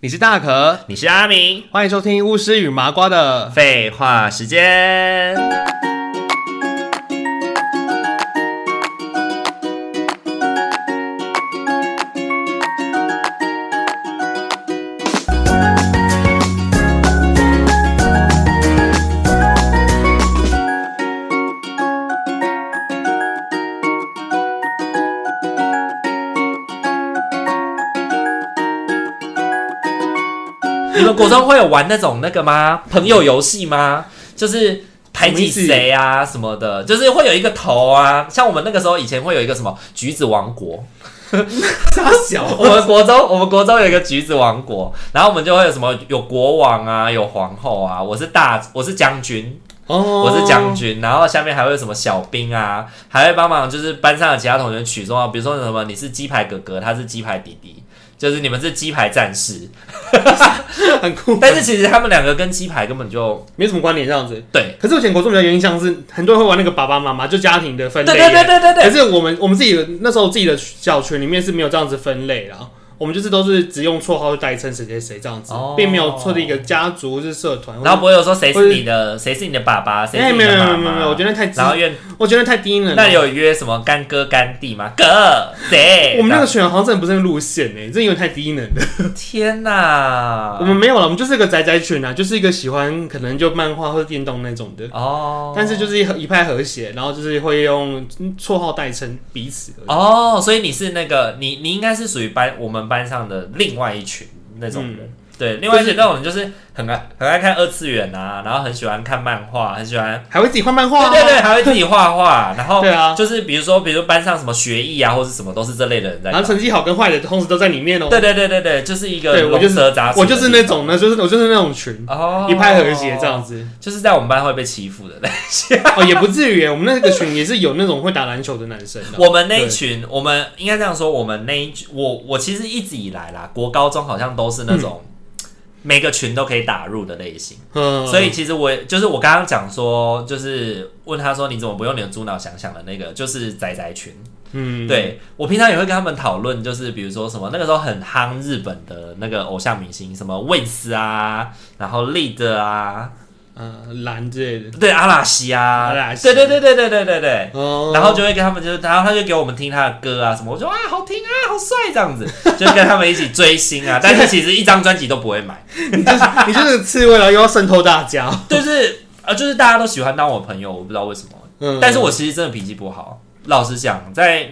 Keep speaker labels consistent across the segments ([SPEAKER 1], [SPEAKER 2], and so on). [SPEAKER 1] 你是大可，
[SPEAKER 2] 你是阿明，
[SPEAKER 1] 欢迎收听巫师与麻瓜的。
[SPEAKER 2] 废话时间。你们国中会有玩那种那个吗？朋友游戏吗？就是排挤谁啊什么的，就是会有一个头啊，像我们那个时候以前会有一个什么橘子王国，
[SPEAKER 1] 傻小
[SPEAKER 2] 我们国中我们国中有一个橘子王国，然后我们就会有什么有国王啊，有皇后啊，我是大我是将军，
[SPEAKER 1] 哦
[SPEAKER 2] 我是将军，然后下面还会有什么小兵啊，还会帮忙就是班上的其他同学取中啊，比如说什么你是鸡排哥哥，他是鸡排弟弟，就是你们是鸡排战士，
[SPEAKER 1] 哦很酷，
[SPEAKER 2] 但是其实他们两个跟鸡排根本就
[SPEAKER 1] 没什么关联这样子。
[SPEAKER 2] 对，
[SPEAKER 1] 可是我以前国中比较有印象是，很多人会玩那个爸爸妈妈，就家庭的分
[SPEAKER 2] 对
[SPEAKER 1] 类。
[SPEAKER 2] 对对对对
[SPEAKER 1] 可
[SPEAKER 2] 对，
[SPEAKER 1] 是我们我们自己的那时候自己的小群里面是没有这样子分类啦，我们就是都是只用绰号去代称谁谁谁这样子，
[SPEAKER 2] 哦
[SPEAKER 1] 并没有设立一个家族或是社团。
[SPEAKER 2] 然后不会有说谁
[SPEAKER 1] 或
[SPEAKER 2] 是你的，谁是你的爸爸，谁
[SPEAKER 1] 哎，
[SPEAKER 2] 是你
[SPEAKER 1] 没有
[SPEAKER 2] 的
[SPEAKER 1] 没
[SPEAKER 2] 妈
[SPEAKER 1] 有没有没有，我
[SPEAKER 2] 妈
[SPEAKER 1] 觉。得太低
[SPEAKER 2] 然，后约
[SPEAKER 1] 我觉得太低能了。
[SPEAKER 2] 那有约什么干哥干弟吗？哥谁？
[SPEAKER 1] 我们那个群好像真的不是那个路线呢，这有点太低能了。
[SPEAKER 2] 天哪
[SPEAKER 1] 我！们没有了，我们就是一个宅宅群啊，就是一个喜欢可能就漫画或者电动那种的。
[SPEAKER 2] 哦，
[SPEAKER 1] 但是就是一派和谐，然后就是会用绰号代称彼此而已。
[SPEAKER 2] 哦，所以你是那个你你应该是属于班我们班上的另外一群那种
[SPEAKER 1] 嗯
[SPEAKER 2] 人。对，另外一群那种人就是很爱很爱看二次元啊，然后很喜欢看漫画，很喜欢，
[SPEAKER 1] 还会自己画漫画、啊
[SPEAKER 2] 对对对，还会自己 画画，然后
[SPEAKER 1] 对啊
[SPEAKER 2] 就是比如说，比如班上什么学艺啊，或者什么，都是这类的人在
[SPEAKER 1] 然后
[SPEAKER 2] 搞。
[SPEAKER 1] 成绩好跟坏的同时都在里面哦。
[SPEAKER 2] 对对对对对，就是一个
[SPEAKER 1] 对我就
[SPEAKER 2] 龙
[SPEAKER 1] 是
[SPEAKER 2] 蛇杂处
[SPEAKER 1] 我
[SPEAKER 2] 的地方。
[SPEAKER 1] 就是那种呢，就是我就是那种群，
[SPEAKER 2] 哦，
[SPEAKER 1] 一派和谐这，样子。
[SPEAKER 2] 就是在我们班会被欺负的。
[SPEAKER 1] 哦，也不至于，我们那个群也是有那种会打篮球的男生啊的。
[SPEAKER 2] 我们那
[SPEAKER 1] 对
[SPEAKER 2] 一群，我们应该这样说，我们那一群我我其实一直以来啦，国高中好像都是那种每个群都可以打入的类型。
[SPEAKER 1] 嗯，
[SPEAKER 2] 所以其实我就是我刚刚讲说，就是问他说你怎么不用你的猪脑想想的那个，就是仔仔群。
[SPEAKER 1] 嗯，
[SPEAKER 2] 对我平常也会跟他们讨论，就是比如说什么那个时候很夯日本的那个偶像明星，什么卫斯啊，然后 lead 啊，
[SPEAKER 1] 嗯，蓝之类的。
[SPEAKER 2] 对阿拉西啊，
[SPEAKER 1] 阿拉西
[SPEAKER 2] 对对对对对对对对。
[SPEAKER 1] 哦，
[SPEAKER 2] 然后就会跟他们，就是，然后他就给我们听他的歌啊，什么，我就啊，好听啊，好帅这样子，就跟他们一起追 星啊。但是其实一张专辑都不会买，
[SPEAKER 1] 你就是你就是个刺猬，然后又要渗透大家。
[SPEAKER 2] 就是呃，就是大家都喜欢当我朋友，我不知道为什么。
[SPEAKER 1] 嗯，
[SPEAKER 2] 但是我其实真的脾气不好，老实讲，在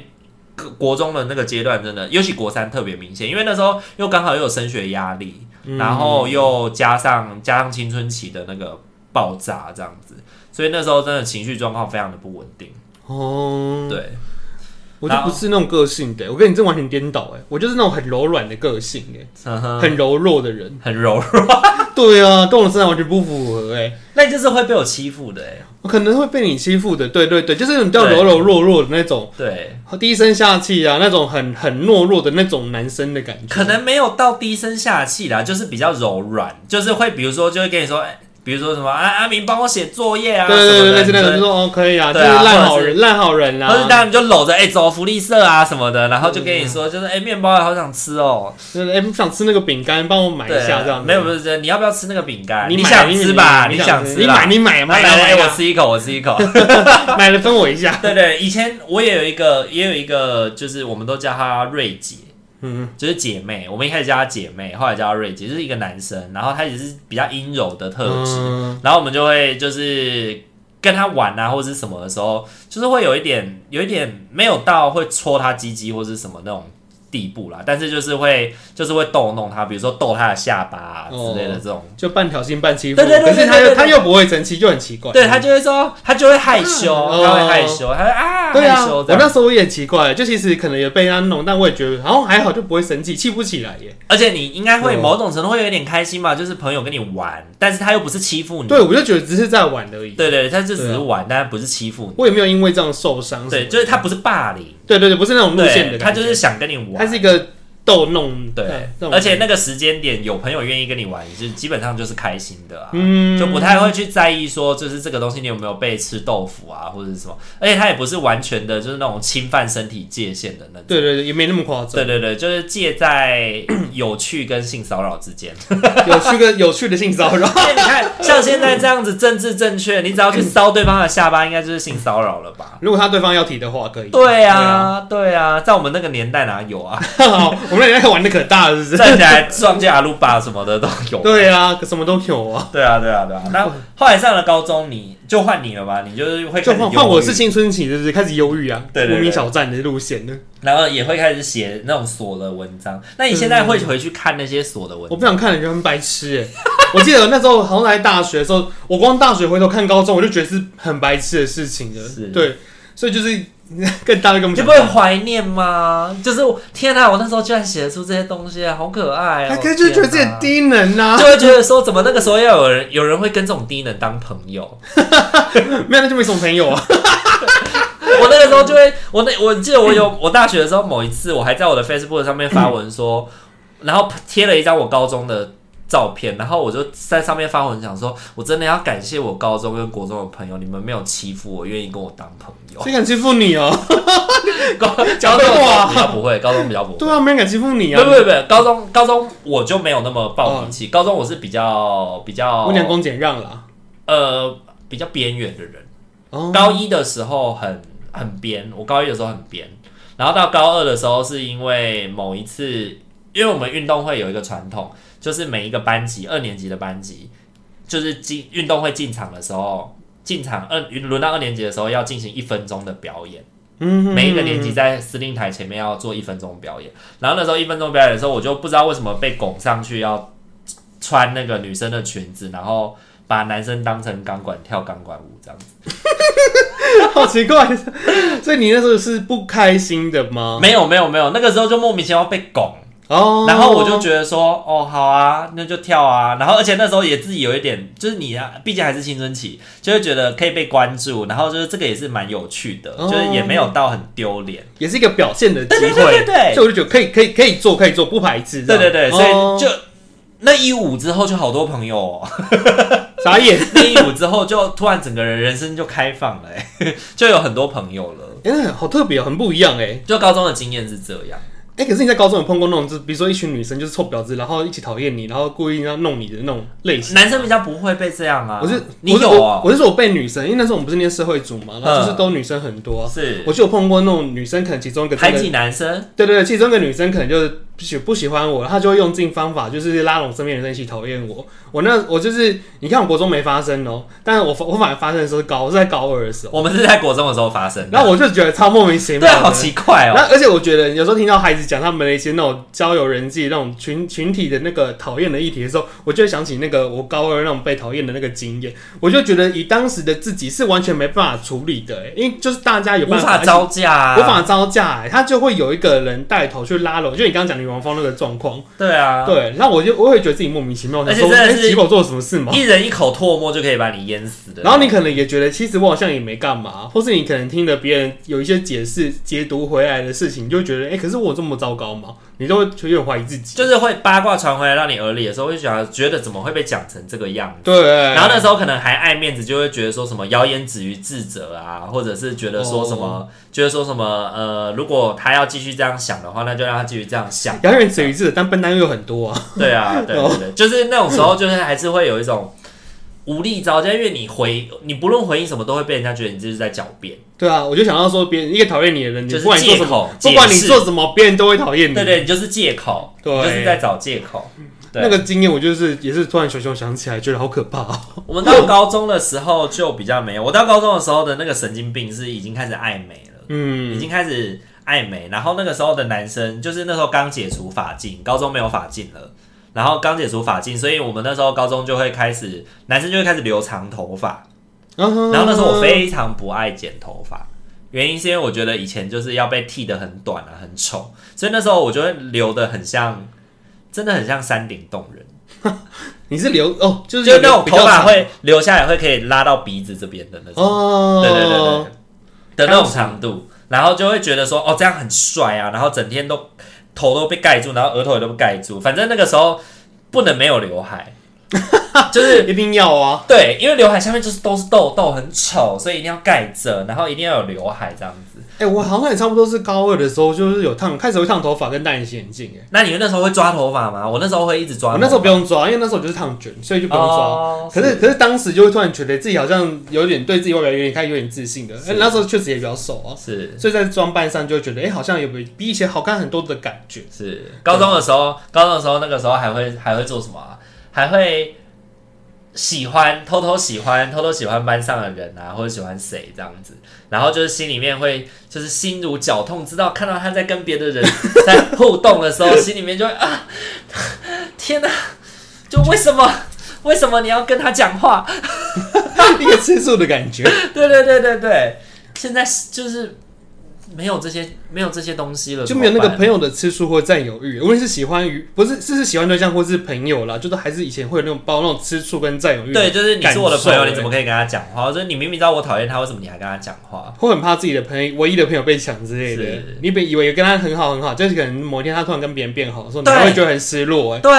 [SPEAKER 2] 国国中的那个阶段，真的，尤其国三特别明显，因为那时候又刚好又有升学压力，
[SPEAKER 1] 嗯
[SPEAKER 2] 然后又加上加上青春期的那个爆炸这样子，所以那时候真的情绪状况非常的不稳定。
[SPEAKER 1] 哦，
[SPEAKER 2] 对，
[SPEAKER 1] 我就不是那种个性的，我跟你这完全颠倒哎，我就是那种很柔软的个性哎。
[SPEAKER 2] 呵呵
[SPEAKER 1] 很柔弱的人。
[SPEAKER 2] 很柔弱，
[SPEAKER 1] 对啊，跟我的身材完全不符合哎、
[SPEAKER 2] 那你就是会被我欺负的、欸，
[SPEAKER 1] 我可能会被你欺负的。对对对，就是比较柔柔弱弱的那种，
[SPEAKER 2] 对，
[SPEAKER 1] 低声下气啊，那种很很懦弱的那种男生的感觉。
[SPEAKER 2] 可能没有到低声下气啦，就是比较柔软，就是会比如说就会跟你说，哎比如说什么啊，阿明帮我写作业啊，
[SPEAKER 1] 对对对，类
[SPEAKER 2] 什
[SPEAKER 1] 似
[SPEAKER 2] 么的
[SPEAKER 1] 那
[SPEAKER 2] 你就
[SPEAKER 1] 种，就说哦可以啊，就
[SPEAKER 2] 对
[SPEAKER 1] 是
[SPEAKER 2] 啊
[SPEAKER 1] 烂好
[SPEAKER 2] 或者
[SPEAKER 1] 人，烂好人啊
[SPEAKER 2] 然后
[SPEAKER 1] 啦
[SPEAKER 2] 就。当然就搂着哎、走福利社啊什么的，然后就跟你说就是哎面、包包好想吃哦，
[SPEAKER 1] 就是哎，想吃那个饼干，帮我买
[SPEAKER 2] 对啊
[SPEAKER 1] 一下这样子。
[SPEAKER 2] 没有不是这你要不要吃那个饼干？
[SPEAKER 1] 你买
[SPEAKER 2] 想吃吧？
[SPEAKER 1] 你
[SPEAKER 2] 想
[SPEAKER 1] 你
[SPEAKER 2] 吧？
[SPEAKER 1] 买你买
[SPEAKER 2] 来
[SPEAKER 1] 买
[SPEAKER 2] 来
[SPEAKER 1] 了
[SPEAKER 2] 来，
[SPEAKER 1] 买
[SPEAKER 2] 我
[SPEAKER 1] 了
[SPEAKER 2] 吃一口，我吃一口。
[SPEAKER 1] 买了分我一下。
[SPEAKER 2] 对对，以前我也有一个，也有一个，就是我们都叫她瑞姐，
[SPEAKER 1] 嗯，
[SPEAKER 2] 就是姐妹。我们一开始叫她姐妹，后来叫她瑞姐，就是一个男生，然后他也是比较阴柔的特质，
[SPEAKER 1] 嗯
[SPEAKER 2] 然后我们就会就是跟他玩啊，或者是什么的时候，就是会有一点有一点没有到会戳他鸡鸡或是什么那种地步啦，但是就是会就是会逗弄他，比如说逗他的下巴、啊、
[SPEAKER 1] 哦
[SPEAKER 2] 之类的这种。
[SPEAKER 1] 就半挑衅半欺负，
[SPEAKER 2] 对对对
[SPEAKER 1] 可是他又
[SPEAKER 2] 对对对
[SPEAKER 1] 他又不会生气，就很奇怪。
[SPEAKER 2] 对他就会说，他就会害羞，
[SPEAKER 1] 嗯
[SPEAKER 2] 他会害羞，他会啊，
[SPEAKER 1] 对啊，
[SPEAKER 2] 害羞
[SPEAKER 1] 我
[SPEAKER 2] 这
[SPEAKER 1] 那
[SPEAKER 2] 样。
[SPEAKER 1] 时候也很奇怪，就其实可能也被他弄，但我也觉得好像还好，就不会生气，气不起来耶。
[SPEAKER 2] 而且你应该会
[SPEAKER 1] 对
[SPEAKER 2] 某种程度会有点开心吧，就是朋友跟你玩，但是他又不是欺负你，
[SPEAKER 1] 对，我就觉得只是在玩而已，
[SPEAKER 2] 对对，他就只
[SPEAKER 1] 对
[SPEAKER 2] 是
[SPEAKER 1] 啊
[SPEAKER 2] 玩，但不是欺负你，
[SPEAKER 1] 我也没有因为这样受伤什么的。
[SPEAKER 2] 对，就是他不是霸凌，
[SPEAKER 1] 对对对，不是那种路线
[SPEAKER 2] 对，
[SPEAKER 1] 的
[SPEAKER 2] 他
[SPEAKER 1] 感觉，
[SPEAKER 2] 就是想跟你玩，
[SPEAKER 1] 他是一个逗弄，
[SPEAKER 2] 对
[SPEAKER 1] 呃，那种
[SPEAKER 2] 而且那个时间点有朋友愿意跟你玩，也是基本上就是开心的啊，
[SPEAKER 1] 嗯
[SPEAKER 2] 就不太会去在意说就是这个东西你有没有被吃豆腐啊或者是什么，而且它也不是完全的就是那种侵犯身体界限的那种。
[SPEAKER 1] 对对对，也没那么夸张。
[SPEAKER 2] 对对对，就是介在 有趣跟性骚扰之间。
[SPEAKER 1] 有趣个有趣的性骚 扰，
[SPEAKER 2] 因为你看，像现在这样子政治正确，你只 要去搔对方的下巴，应该就是性骚扰了吧？
[SPEAKER 1] 如果他对方要提的话，可以。
[SPEAKER 2] 对啊，对啊，在我们那个年代哪 有啊？
[SPEAKER 1] 对 啊，好我们那天玩的可大了，是不是？
[SPEAKER 2] 站起来撞见阿鲁巴什么的都有。
[SPEAKER 1] 对啊，什么都有啊。
[SPEAKER 2] 对啊，对啊，对啊。那后来上了高中，你就换你了吧？你就是会 开
[SPEAKER 1] 就
[SPEAKER 2] 始
[SPEAKER 1] 换
[SPEAKER 2] 忧郁
[SPEAKER 1] 换我是青春期，就是开始忧郁啊，
[SPEAKER 2] 对对对
[SPEAKER 1] 无名小站的路线呢。
[SPEAKER 2] 然后也会开始写那种锁的文章。那你现在会回去看那些锁的文
[SPEAKER 1] 嗯我
[SPEAKER 2] 章？
[SPEAKER 1] 不想看了，觉得很白痴哎。 我记得那时候好像来大学的时候，我光大学回头看高中，我就觉得是很白痴的事情了
[SPEAKER 2] 是。
[SPEAKER 1] 对，所以就是 更大的根
[SPEAKER 2] 你
[SPEAKER 1] 本
[SPEAKER 2] 不会怀念吗？就是我天啊，我那时候居然写得出这些东西啊，好可爱
[SPEAKER 1] 他
[SPEAKER 2] 哦！
[SPEAKER 1] 可是就觉得自己很
[SPEAKER 2] 天啊
[SPEAKER 1] 低能啊
[SPEAKER 2] 就，会觉得说，怎么那个时候要有人有人会跟这种低能当朋友？
[SPEAKER 1] 没有那就没什么朋友啊。
[SPEAKER 2] 我那个时候就会，我那我记得 我有我大学的时候某一次，我还在我的 Facebook 上面发文说，然后贴了一张我高中的照片，然后我就在上面发文讲说，我真的要感谢我高中跟国中的朋友，你们没有欺负我，愿意跟我当朋友。
[SPEAKER 1] 谁敢欺负你哦？
[SPEAKER 2] 高
[SPEAKER 1] 讲
[SPEAKER 2] 高
[SPEAKER 1] 这
[SPEAKER 2] 中
[SPEAKER 1] 种话
[SPEAKER 2] 比较不会，高中比较不会。
[SPEAKER 1] 对啊，没人敢欺负你
[SPEAKER 2] 不
[SPEAKER 1] 啊
[SPEAKER 2] 不。不，高中高中我就没有那么暴脾
[SPEAKER 1] 哦
[SPEAKER 2] 气，高中我是比较比较
[SPEAKER 1] 温良恭俭让啦。
[SPEAKER 2] 呃比较边缘的人。
[SPEAKER 1] 哦，
[SPEAKER 2] 高一的时候很很编，我高一的时候很编，然后到高二的时候是因为某一次，因为我们运动会有一个传统，就是每一个班级二年级的班级，就是进运动会进场的时候，进场二轮到二年级的时候要进行一分钟的表演。
[SPEAKER 1] 嗯
[SPEAKER 2] 每一个年级在司令台前面要做一分钟表演，然后那时候一分钟表演的时候，我就不知道为什么被拱上去要穿那个女生的裙子，然后把男生当成钢管跳钢管舞这样子。
[SPEAKER 1] 好奇怪， 所以你那时候是不开心的吗？
[SPEAKER 2] 哦没有没有没有，那个时候就莫名其妙被拱，
[SPEAKER 1] 哦，
[SPEAKER 2] 然后我就觉得说，哦好啊，那就跳啊。然后而且那时候也自己有一点，就是你啊，毕竟还是青春期，就会觉得可以被关注，然后就是这个也是蛮有趣的，
[SPEAKER 1] 哦
[SPEAKER 2] 就是也没有到很丢脸。
[SPEAKER 1] 也是一个表现的机
[SPEAKER 2] 对对
[SPEAKER 1] 会，
[SPEAKER 2] 对对对
[SPEAKER 1] 所以我就觉得可以可以可以做可以做，不排斥这
[SPEAKER 2] 对
[SPEAKER 1] 样。
[SPEAKER 2] 对对，所以
[SPEAKER 1] 哦
[SPEAKER 2] 就。那一五之后就好多朋友哦，
[SPEAKER 1] 傻眼。
[SPEAKER 2] 那一五之后就突然整个人人生就开放了、欸， 就有很多朋友了。
[SPEAKER 1] 哎、那好特别、哦，很不一样哎、欸、
[SPEAKER 2] 就高中的经验是这样，
[SPEAKER 1] 哎、可是你在高中有碰过那种，就是比如说一群女生就是臭婊子，然后一起讨厌你，然后故意要弄你的那种类型。
[SPEAKER 2] 男生比较不会被这样啊。
[SPEAKER 1] 我
[SPEAKER 2] 嗯
[SPEAKER 1] 是
[SPEAKER 2] 嗯你
[SPEAKER 1] 我是
[SPEAKER 2] 有
[SPEAKER 1] 我
[SPEAKER 2] 哦、
[SPEAKER 1] 我是说我被女生，因为那时候我们不是念社会组嘛，然后就是都女生很多、啊。
[SPEAKER 2] 哦是
[SPEAKER 1] 我就有碰过那种女生，可能其中一个
[SPEAKER 2] 排
[SPEAKER 1] 真的
[SPEAKER 2] 挤男生，
[SPEAKER 1] 对对对，其中一个女生可能就是不喜不喜欢我，她就会用尽方法，就是拉拢身边的人一起讨厌我。我那我就是，你看我国中没发生哦，但我我反而发生的时候是高，我是在高二的时候，
[SPEAKER 2] 我们是在国中的时候发生的。
[SPEAKER 1] 然后我就觉得超莫名其妙
[SPEAKER 2] 对
[SPEAKER 1] 的，
[SPEAKER 2] 啊，好奇怪哦、
[SPEAKER 1] 那而且我觉得有时候听到孩子讲他们的一些那种交友人际、那种群群体的那个讨厌的议题的时候，我就会想起那个我高二那种被讨厌的那个经验，我就觉得以当时的自己是完全没办法处理的、欸，因为就是大家有
[SPEAKER 2] 无
[SPEAKER 1] 办
[SPEAKER 2] 法
[SPEAKER 1] 法
[SPEAKER 2] 招架、
[SPEAKER 1] 无法
[SPEAKER 2] 啊。
[SPEAKER 1] 招架、欸，他就会有一个人带头去拉拢，就你刚刚讲的女王峰那个状况，
[SPEAKER 2] 对啊，
[SPEAKER 1] 对，那我就我会觉得自己莫名其妙，
[SPEAKER 2] 而且
[SPEAKER 1] 想说
[SPEAKER 2] 真的
[SPEAKER 1] 哎，
[SPEAKER 2] 是
[SPEAKER 1] 奇怪我做了什么事吗？
[SPEAKER 2] 一人一口唾沫就可以把你淹死的。
[SPEAKER 1] 然后你可能也觉得，其实我好像也没干嘛，或是你可能听了别人有一些解释、解读回来的事情，你就觉得，哎、可是我这么糟糕吗？你都会有点怀疑自己。
[SPEAKER 2] 就是会八卦传回来到你耳里的时候，会觉得觉得怎么会被讲成这个样子。
[SPEAKER 1] 对，。
[SPEAKER 2] 然后那时候可能还爱面子，就会觉得说什么谣言止于智者啊，或者是觉得说什么，觉得说什么呃，如果他要继续这样想的话，那就让他继续这样想
[SPEAKER 1] 遥远止于智，但笨蛋又有很多啊。
[SPEAKER 2] 对啊，对对对，就是那种时候，就是还是会有一种无力招架，因为你回你不论回应什么，都会被人家觉得你就是在狡辩，
[SPEAKER 1] 对啊，我就想到说，别人一个讨厌你的人，你
[SPEAKER 2] 就是
[SPEAKER 1] 不管你做
[SPEAKER 2] 借
[SPEAKER 1] 什么，
[SPEAKER 2] 口，
[SPEAKER 1] 不管你
[SPEAKER 2] 解释
[SPEAKER 1] 做什么，别人都会讨厌你。
[SPEAKER 2] 对对，你就是借口，你
[SPEAKER 1] 嗯对
[SPEAKER 2] 就是在找借口。对
[SPEAKER 1] 那个经验，我就是也是突然熊熊想起来，觉得好可怕、啊。
[SPEAKER 2] 我们到高中的时候就比较没有，我到高中的时候的那个神经病是已经开始爱美了。已
[SPEAKER 1] 嗯，
[SPEAKER 2] 经开始爱美。然后那个时候的男生，就是那时候刚解除法禁，高中没有法禁了，然后刚解除法禁，所以我们那时候高中就会开始，男生就会开始留长头发。
[SPEAKER 1] 然后
[SPEAKER 2] 然后那时候我非常不爱剪头发。原因是因为我觉得以前就是要被剃得很短啊，很丑，所以那时候我就会留的很像，真的很像山顶洞人，
[SPEAKER 1] 你是留哦，就是
[SPEAKER 2] 就是那种
[SPEAKER 1] 比较
[SPEAKER 2] 头发
[SPEAKER 1] 长
[SPEAKER 2] 会留下来会可以拉到鼻子这边的那种。
[SPEAKER 1] 哦，
[SPEAKER 2] 对对对对的那种长度，然后就会觉得说哦这样很帅啊，然后整天都头都被盖住，然后额头也都被盖住，反正那个时候不能没有 刘海，就是
[SPEAKER 1] 一定要啊！
[SPEAKER 2] 对，因为刘海下面就是都是痘痘，很丑，所以一定要盖着，然后一定要有刘海这样子。
[SPEAKER 1] 哎、我好像也差不多是高二的时候，就是有烫，开始会烫头发跟戴隐形眼镜。哎，
[SPEAKER 2] 那你们那时候会抓头发吗？我那时候会一直抓头
[SPEAKER 1] 我
[SPEAKER 2] 发，
[SPEAKER 1] 那时候不用抓，因为那时候就是烫卷，所以就不用抓。
[SPEAKER 2] 哦
[SPEAKER 1] 可是可是当时就会突然觉得自己好像有点对自己外表有点开始有点自信的，
[SPEAKER 2] 是
[SPEAKER 1] 哎，那时候确实也比较瘦啊，
[SPEAKER 2] 是
[SPEAKER 1] 所以在装扮上就会觉得哎、好像有比比以前好看很多的感觉。
[SPEAKER 2] 是，高中的时候，高中的时候，那个时候还会还会做什么、啊？还会喜欢偷偷喜欢偷偷喜欢班上的人啊，或者喜欢谁这样子，然后就是心里面会就是心如绞痛，知道看到他在跟别的人 在互动的时候，心里面就会啊，天哪、就为什么为什么你要跟他讲话？
[SPEAKER 1] 一个吃素的感觉。
[SPEAKER 2] 对对对对对，现在是就是没有这些没有这些东西了，
[SPEAKER 1] 就没有那
[SPEAKER 2] 怎
[SPEAKER 1] 个
[SPEAKER 2] 么办
[SPEAKER 1] 朋友的次数或占有欲，无论是喜欢于不是，是是喜欢对象或是朋友啦，就是还是以前会有那种包那种吃醋跟占有欲，
[SPEAKER 2] 对，，就是你是我的朋友，
[SPEAKER 1] 感受
[SPEAKER 2] 你怎么可以跟他讲话？或者你明明知道我讨厌他，为什么你还跟他讲话？
[SPEAKER 1] 会很怕自己的朋友唯一的朋友被抢之类的
[SPEAKER 2] 是。
[SPEAKER 1] 你本以为跟他很好很好，就是可能某一天他突然跟别人变好的时候，你
[SPEAKER 2] 对
[SPEAKER 1] 会觉得很失落、哎，
[SPEAKER 2] 对，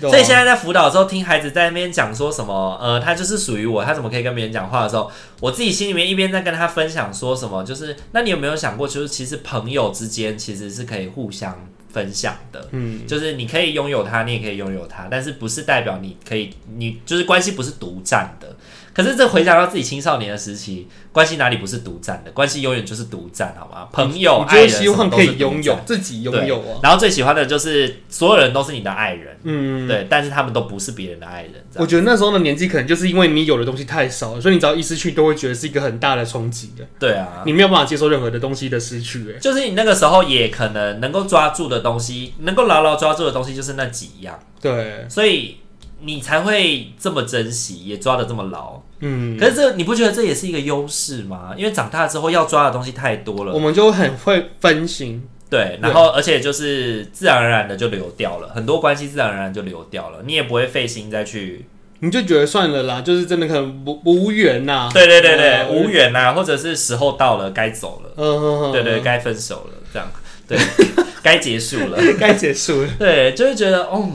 [SPEAKER 1] 对啊
[SPEAKER 2] 所以现在在辅导的时候，听孩子在那边讲说什么，呃，他就是属于我，他怎么可以跟别人讲话的时候，我自己心里面一边在跟他分享说什么，就是那你有没有想过，就是其实朋友之间其实是可以互相分享的。
[SPEAKER 1] 嗯，
[SPEAKER 2] 就是你可以拥有它，你也可以拥有它，但是不是代表你可以，你就是关系不是独占的。可是这回想到自己青少年的时期，关系哪里不是独占的？关系永远就是独占，好吗？朋友、
[SPEAKER 1] 你就
[SPEAKER 2] 爱
[SPEAKER 1] 会
[SPEAKER 2] 人，
[SPEAKER 1] 希
[SPEAKER 2] 什么
[SPEAKER 1] 望
[SPEAKER 2] 都
[SPEAKER 1] 可
[SPEAKER 2] 是
[SPEAKER 1] 以拥
[SPEAKER 2] 独
[SPEAKER 1] 有
[SPEAKER 2] 占。
[SPEAKER 1] 自己拥有啊，
[SPEAKER 2] 然后最喜欢的就是所有人都是你的爱人，
[SPEAKER 1] 嗯。
[SPEAKER 2] 对，但是他们都不是别人的爱人，这
[SPEAKER 1] 我
[SPEAKER 2] 样
[SPEAKER 1] 觉得那时候的年纪，可能就是因为你有的东西太少了，所以你只要一失去，都会觉得是一个很大的冲击的，
[SPEAKER 2] 对啊。
[SPEAKER 1] 你没有办法接受任何的东西的失去、哎，
[SPEAKER 2] 就是你那个时候也可能能够抓住的东西，能够牢牢抓住的东西就是那几样，
[SPEAKER 1] 对，
[SPEAKER 2] 所以你才会这么珍惜，也抓得这么牢。
[SPEAKER 1] 嗯。
[SPEAKER 2] 可是这你不觉得这也是一个优势吗？因为长大之后要抓的东西太多了
[SPEAKER 1] 我，们就很会分心，
[SPEAKER 2] 对，然后而且就是自然而然的就流掉了，很多关系自然而然就流掉了，你也不会费心再去，
[SPEAKER 1] 你就觉得算了啦，就是真的可能无无缘呐、
[SPEAKER 2] 对对对对，
[SPEAKER 1] 呃
[SPEAKER 2] 无。缘啊，或者是时候到了该走了，
[SPEAKER 1] 嗯哼哼，
[SPEAKER 2] 对对，该分手了，这样，对， 该结束了，
[SPEAKER 1] 该结束了。
[SPEAKER 2] 对，就会觉得，哦，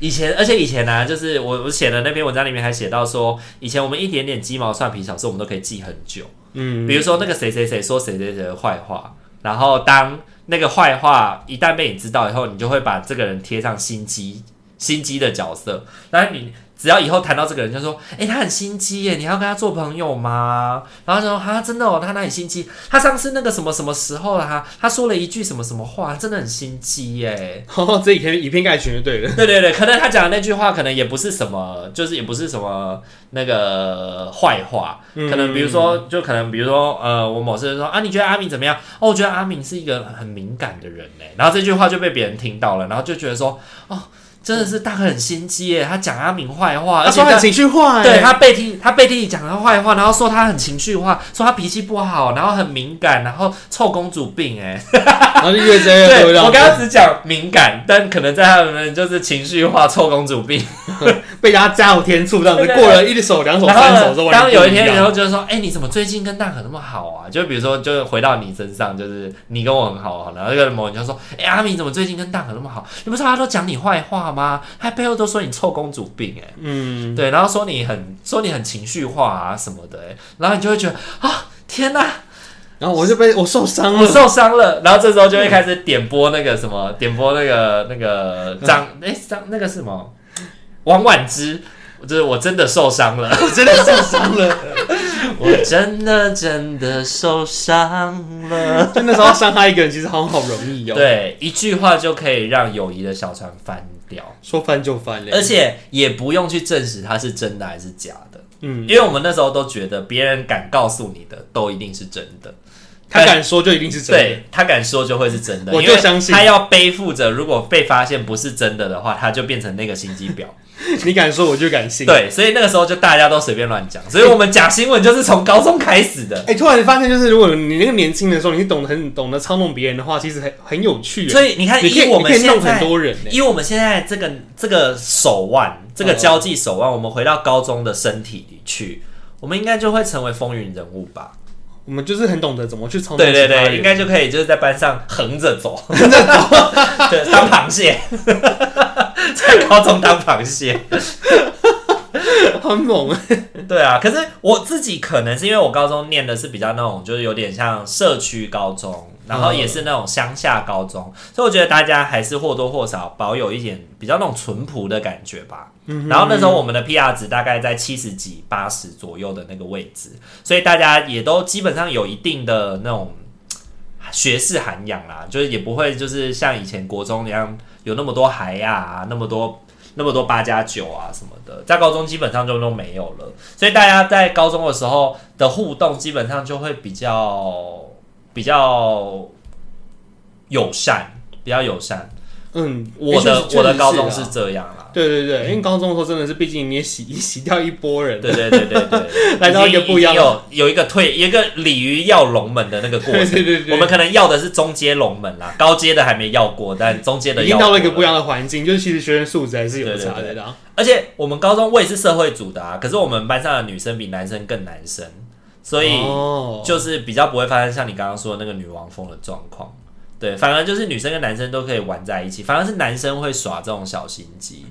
[SPEAKER 2] 以前，而且以前呢、啊，就是我我写的那篇文章里面还写到说，以前我们一点点鸡毛蒜皮小事，我们都可以记很久。
[SPEAKER 1] 嗯，
[SPEAKER 2] 比如说那个谁谁谁说谁谁谁的坏话，然后当那个坏话一旦被你知道以后，你就会把这个人贴上心机心机的角色。然后你只要以后谈到这个人，就说：“哎、他很心机耶，你要跟他做朋友吗？”然后就说：“啊，真的哦，他哪里心机？他上次那个什么什么时候啊，他说了一句什么什么话，真的很心机耶。”
[SPEAKER 1] 哦，这以前以偏概全就对 了。
[SPEAKER 2] 对对对，可能他讲的那句话，可能也不是什么，就是也不是什么那个坏话，
[SPEAKER 1] 嗯
[SPEAKER 2] 可能比如说，就可能比如说，呃，我某次就说啊，你觉得阿敏怎么样？哦，我觉得阿敏是一个很敏感的人呢。然后这句话就被别人听到了，然后就觉得说，哦，真的是大哥很心机耶，他讲阿敏坏话，而
[SPEAKER 1] 他
[SPEAKER 2] 且
[SPEAKER 1] 说很
[SPEAKER 2] 他。
[SPEAKER 1] 情绪化、欸，
[SPEAKER 2] 啊对他背地他背地里讲他坏话，然后说他很情绪化，说他脾气不好，然后很敏感，然后臭公主病 哎、
[SPEAKER 1] 然后就越追越
[SPEAKER 2] 对
[SPEAKER 1] 回到
[SPEAKER 2] 我刚刚只讲敏感，但可能在他们就是情绪化臭公主病。
[SPEAKER 1] 被大家加油添醋这样子，
[SPEAKER 2] 对对对
[SPEAKER 1] 过了一手、 两手、
[SPEAKER 2] 然后
[SPEAKER 1] 三
[SPEAKER 2] 呢
[SPEAKER 1] 手之后，
[SPEAKER 2] 当
[SPEAKER 1] 完全不
[SPEAKER 2] 有一天，
[SPEAKER 1] 样
[SPEAKER 2] 然后就是说，哎、你怎么最近跟大可那么好啊？就比如说，就是回到你身上，就是你跟我很好啊，然后那个某人就说，哎、阿明怎么最近跟大可那么好？你不知道他都讲你坏话吗？他背后都说你臭公主病、哎、
[SPEAKER 1] 嗯，
[SPEAKER 2] 对，然后说你很说你很情绪化啊什么的、哎，然后你就会觉得啊，天哪、
[SPEAKER 1] 然后我就被我受伤
[SPEAKER 2] 我
[SPEAKER 1] 了，
[SPEAKER 2] 受伤
[SPEAKER 1] 嗯
[SPEAKER 2] 了。然后这时候就会开始点播那个什么，点播那个那个张，哎、
[SPEAKER 1] 嗯
[SPEAKER 2] 张那个是什么，王婉之。就是我真的受伤了，
[SPEAKER 1] 我 真的受伤 了。
[SPEAKER 2] 我真的真的受伤了。
[SPEAKER 1] 就那时候伤害一个人，其实好像好容易哦、，
[SPEAKER 2] 对，一句话就可以让友谊的小船翻掉，
[SPEAKER 1] 说翻就翻嘞、
[SPEAKER 2] 而且也不用去证实它是真的还是假的，
[SPEAKER 1] 嗯，
[SPEAKER 2] 因为我们那时候都觉得别人敢告诉你的都一定是真的，
[SPEAKER 1] 他敢说就一定是真的。
[SPEAKER 2] 对他敢说就会是真的，
[SPEAKER 1] 我就
[SPEAKER 2] 因为
[SPEAKER 1] 相信
[SPEAKER 2] 他要背负着，如果被发现不是真的的话，他就变成那个心机婊。
[SPEAKER 1] 你敢说，我就敢信。
[SPEAKER 2] 对，所以那个时候就大家都随便乱讲，所以我们假新闻就是从高中开始的。
[SPEAKER 1] 哎、突然发现，就是如果你那个年轻的时候，你懂得很懂得操弄别人的话，其实很很有趣耶。
[SPEAKER 2] 所以你看，
[SPEAKER 1] 你可以
[SPEAKER 2] 以我
[SPEAKER 1] 你
[SPEAKER 2] 们
[SPEAKER 1] 可以弄
[SPEAKER 2] 现
[SPEAKER 1] 很
[SPEAKER 2] 在
[SPEAKER 1] 多人欸呢、
[SPEAKER 2] 以我们现在这个这个手腕，这个交际手腕，我们回到高中的身体里去，我们应该就会成为风云人物吧？
[SPEAKER 1] 我们就是很懂得怎么去操纵
[SPEAKER 2] 对对
[SPEAKER 1] 其他
[SPEAKER 2] 对，应
[SPEAKER 1] 人
[SPEAKER 2] 该就可以就是在班上横着 走，横着走，对，当螃蟹， 在高中当螃蟹。
[SPEAKER 1] 好猛啊！
[SPEAKER 2] 对啊，可是我自己可能是因为我高中念的是比较那种，就是有点像社区高中，然后也是那种乡下高中，所以我觉得大家还是或多或少保有一点比较那种淳朴的感觉吧。然后那时候我们的 PR 值大概在七十几、八十左右的那个位置，所以大家也都基本上有一定的那种学士涵养啦，就是也不会就是像以前国中那样有那么多孩呀、啊，那么多那么多八加九啊什么的，在高中基本上就都没有了。所以大家在高中的时候的互动，基本上就会比较比较友善，比较友善。
[SPEAKER 1] 嗯，
[SPEAKER 2] 我
[SPEAKER 1] 确实
[SPEAKER 2] 的我的高中。
[SPEAKER 1] 确实
[SPEAKER 2] 是
[SPEAKER 1] 啦
[SPEAKER 2] 这 样啦。
[SPEAKER 1] 啊对对对，因为高中的时候真的是，毕竟你也洗洗掉一波人，
[SPEAKER 2] 对对对对对，
[SPEAKER 1] 来到一个
[SPEAKER 2] 已经
[SPEAKER 1] 不一样的
[SPEAKER 2] 已经有有一个退一个鲤鱼跃龙门的那个过
[SPEAKER 1] 对
[SPEAKER 2] 程，
[SPEAKER 1] 对对对，
[SPEAKER 2] 我们可能要的是中阶龙门啦，高阶的还没要过，但中阶的
[SPEAKER 1] 已
[SPEAKER 2] 要
[SPEAKER 1] 经
[SPEAKER 2] 过
[SPEAKER 1] 到了一个不一样的环境，就是其实学生素质还是有
[SPEAKER 2] 对对
[SPEAKER 1] 差的
[SPEAKER 2] 对
[SPEAKER 1] 啦。
[SPEAKER 2] 而且我们高中我也是社会组的啊，可是我们班上的女生比男生更男生，所以
[SPEAKER 1] 哦
[SPEAKER 2] 就是比较不会发生像你刚刚说的那个女王风的状况。对，反而就是女生跟男生都可以玩在一起，反而是男生会耍这种小心机，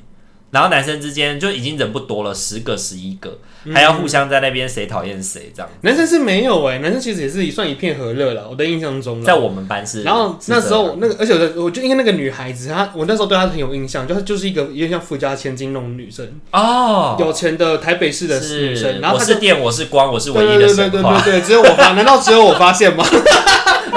[SPEAKER 2] 然后男生之间就已经人不多了，十个十一个，
[SPEAKER 1] 嗯
[SPEAKER 2] 还要互相在那边谁讨厌谁这样。
[SPEAKER 1] 男生是没有哎、男生其实也是算一片和乐了，我的印象中啦
[SPEAKER 2] 在我们班是，
[SPEAKER 1] 嗯然后
[SPEAKER 2] 是
[SPEAKER 1] 那
[SPEAKER 2] 这
[SPEAKER 1] 时候
[SPEAKER 2] 样
[SPEAKER 1] 那个，而且我的我就因为那个女孩子，她我那时候对她很有印象，就是就是一个有点像富家千金那种女生，
[SPEAKER 2] 哦，
[SPEAKER 1] 有钱的台北市的女生，然后
[SPEAKER 2] 我
[SPEAKER 1] 她
[SPEAKER 2] 是
[SPEAKER 1] 就
[SPEAKER 2] 电，我是光，我是
[SPEAKER 1] 对对
[SPEAKER 2] 唯一的
[SPEAKER 1] 对
[SPEAKER 2] 神
[SPEAKER 1] 对对
[SPEAKER 2] 话
[SPEAKER 1] 对。对，只有我发，难道只有我发现吗？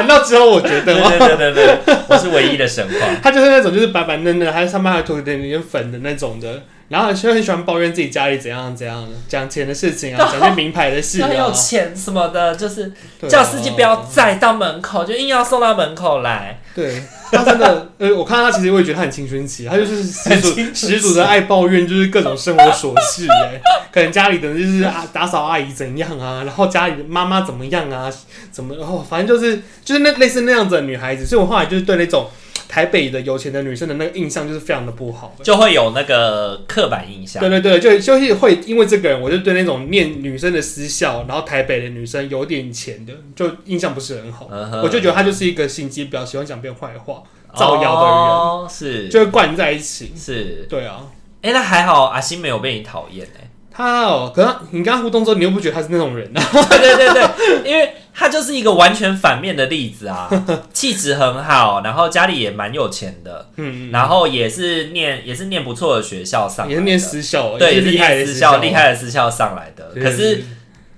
[SPEAKER 1] 难道只有我觉
[SPEAKER 2] 对
[SPEAKER 1] 得 吗？
[SPEAKER 2] 对对对对，我是唯一的神 话。
[SPEAKER 1] 她就是那种就是白白嫩嫩，还上面还涂一点点粉的那种的，然后就很喜欢抱怨自己家里怎样怎样，讲钱的事情啊，讲些名牌的事
[SPEAKER 2] 要
[SPEAKER 1] 啊，
[SPEAKER 2] 有钱什么的，就是
[SPEAKER 1] 对啊
[SPEAKER 2] 叫司机不要载到门口，就硬要送到门口来。
[SPEAKER 1] 对他真的，呃，我看到他其实我也觉得他很青春期，他 就是十
[SPEAKER 2] 很青
[SPEAKER 1] 足
[SPEAKER 2] 春期
[SPEAKER 1] 十足的爱抱怨，就是各种生活琐事、 哎，可能家里的就是啊打扫阿姨怎样啊，然后家里的妈妈怎么样啊，怎么，然、后反正就是就是那类似那样子的女孩子，所以我后来就是对那种台北的有钱的女生的那个印象就是非常的不好。
[SPEAKER 2] 就会有那个刻板印象
[SPEAKER 1] 对。对对，就就是会因为这个人，我就对那种念女生的私校，然后台北的女生有点钱的，就印象不是很好。
[SPEAKER 2] 嗯哼
[SPEAKER 1] 我就觉得她就是一个心机婊，喜欢讲别人坏话、造谣的人。
[SPEAKER 2] 哦、是
[SPEAKER 1] 就会灌在一起。
[SPEAKER 2] 是，
[SPEAKER 1] 对啊，
[SPEAKER 2] 哎、那还好，阿星没有被你讨厌 哎。
[SPEAKER 1] 他哦，可是你跟他互动之后，你又不觉得他是那种人啊？
[SPEAKER 2] 对对对对，因为他就是一个完全反面的例子 啊，气质很好，然后家里也蛮有钱的，
[SPEAKER 1] 嗯，
[SPEAKER 2] 然后也是念也是念不错的学校上来的，
[SPEAKER 1] 也是念私校哦，也
[SPEAKER 2] 对，也
[SPEAKER 1] 是
[SPEAKER 2] 是
[SPEAKER 1] 厉害的
[SPEAKER 2] 私
[SPEAKER 1] 校，
[SPEAKER 2] 校厉。害的私校上来的，
[SPEAKER 1] 对
[SPEAKER 2] 可是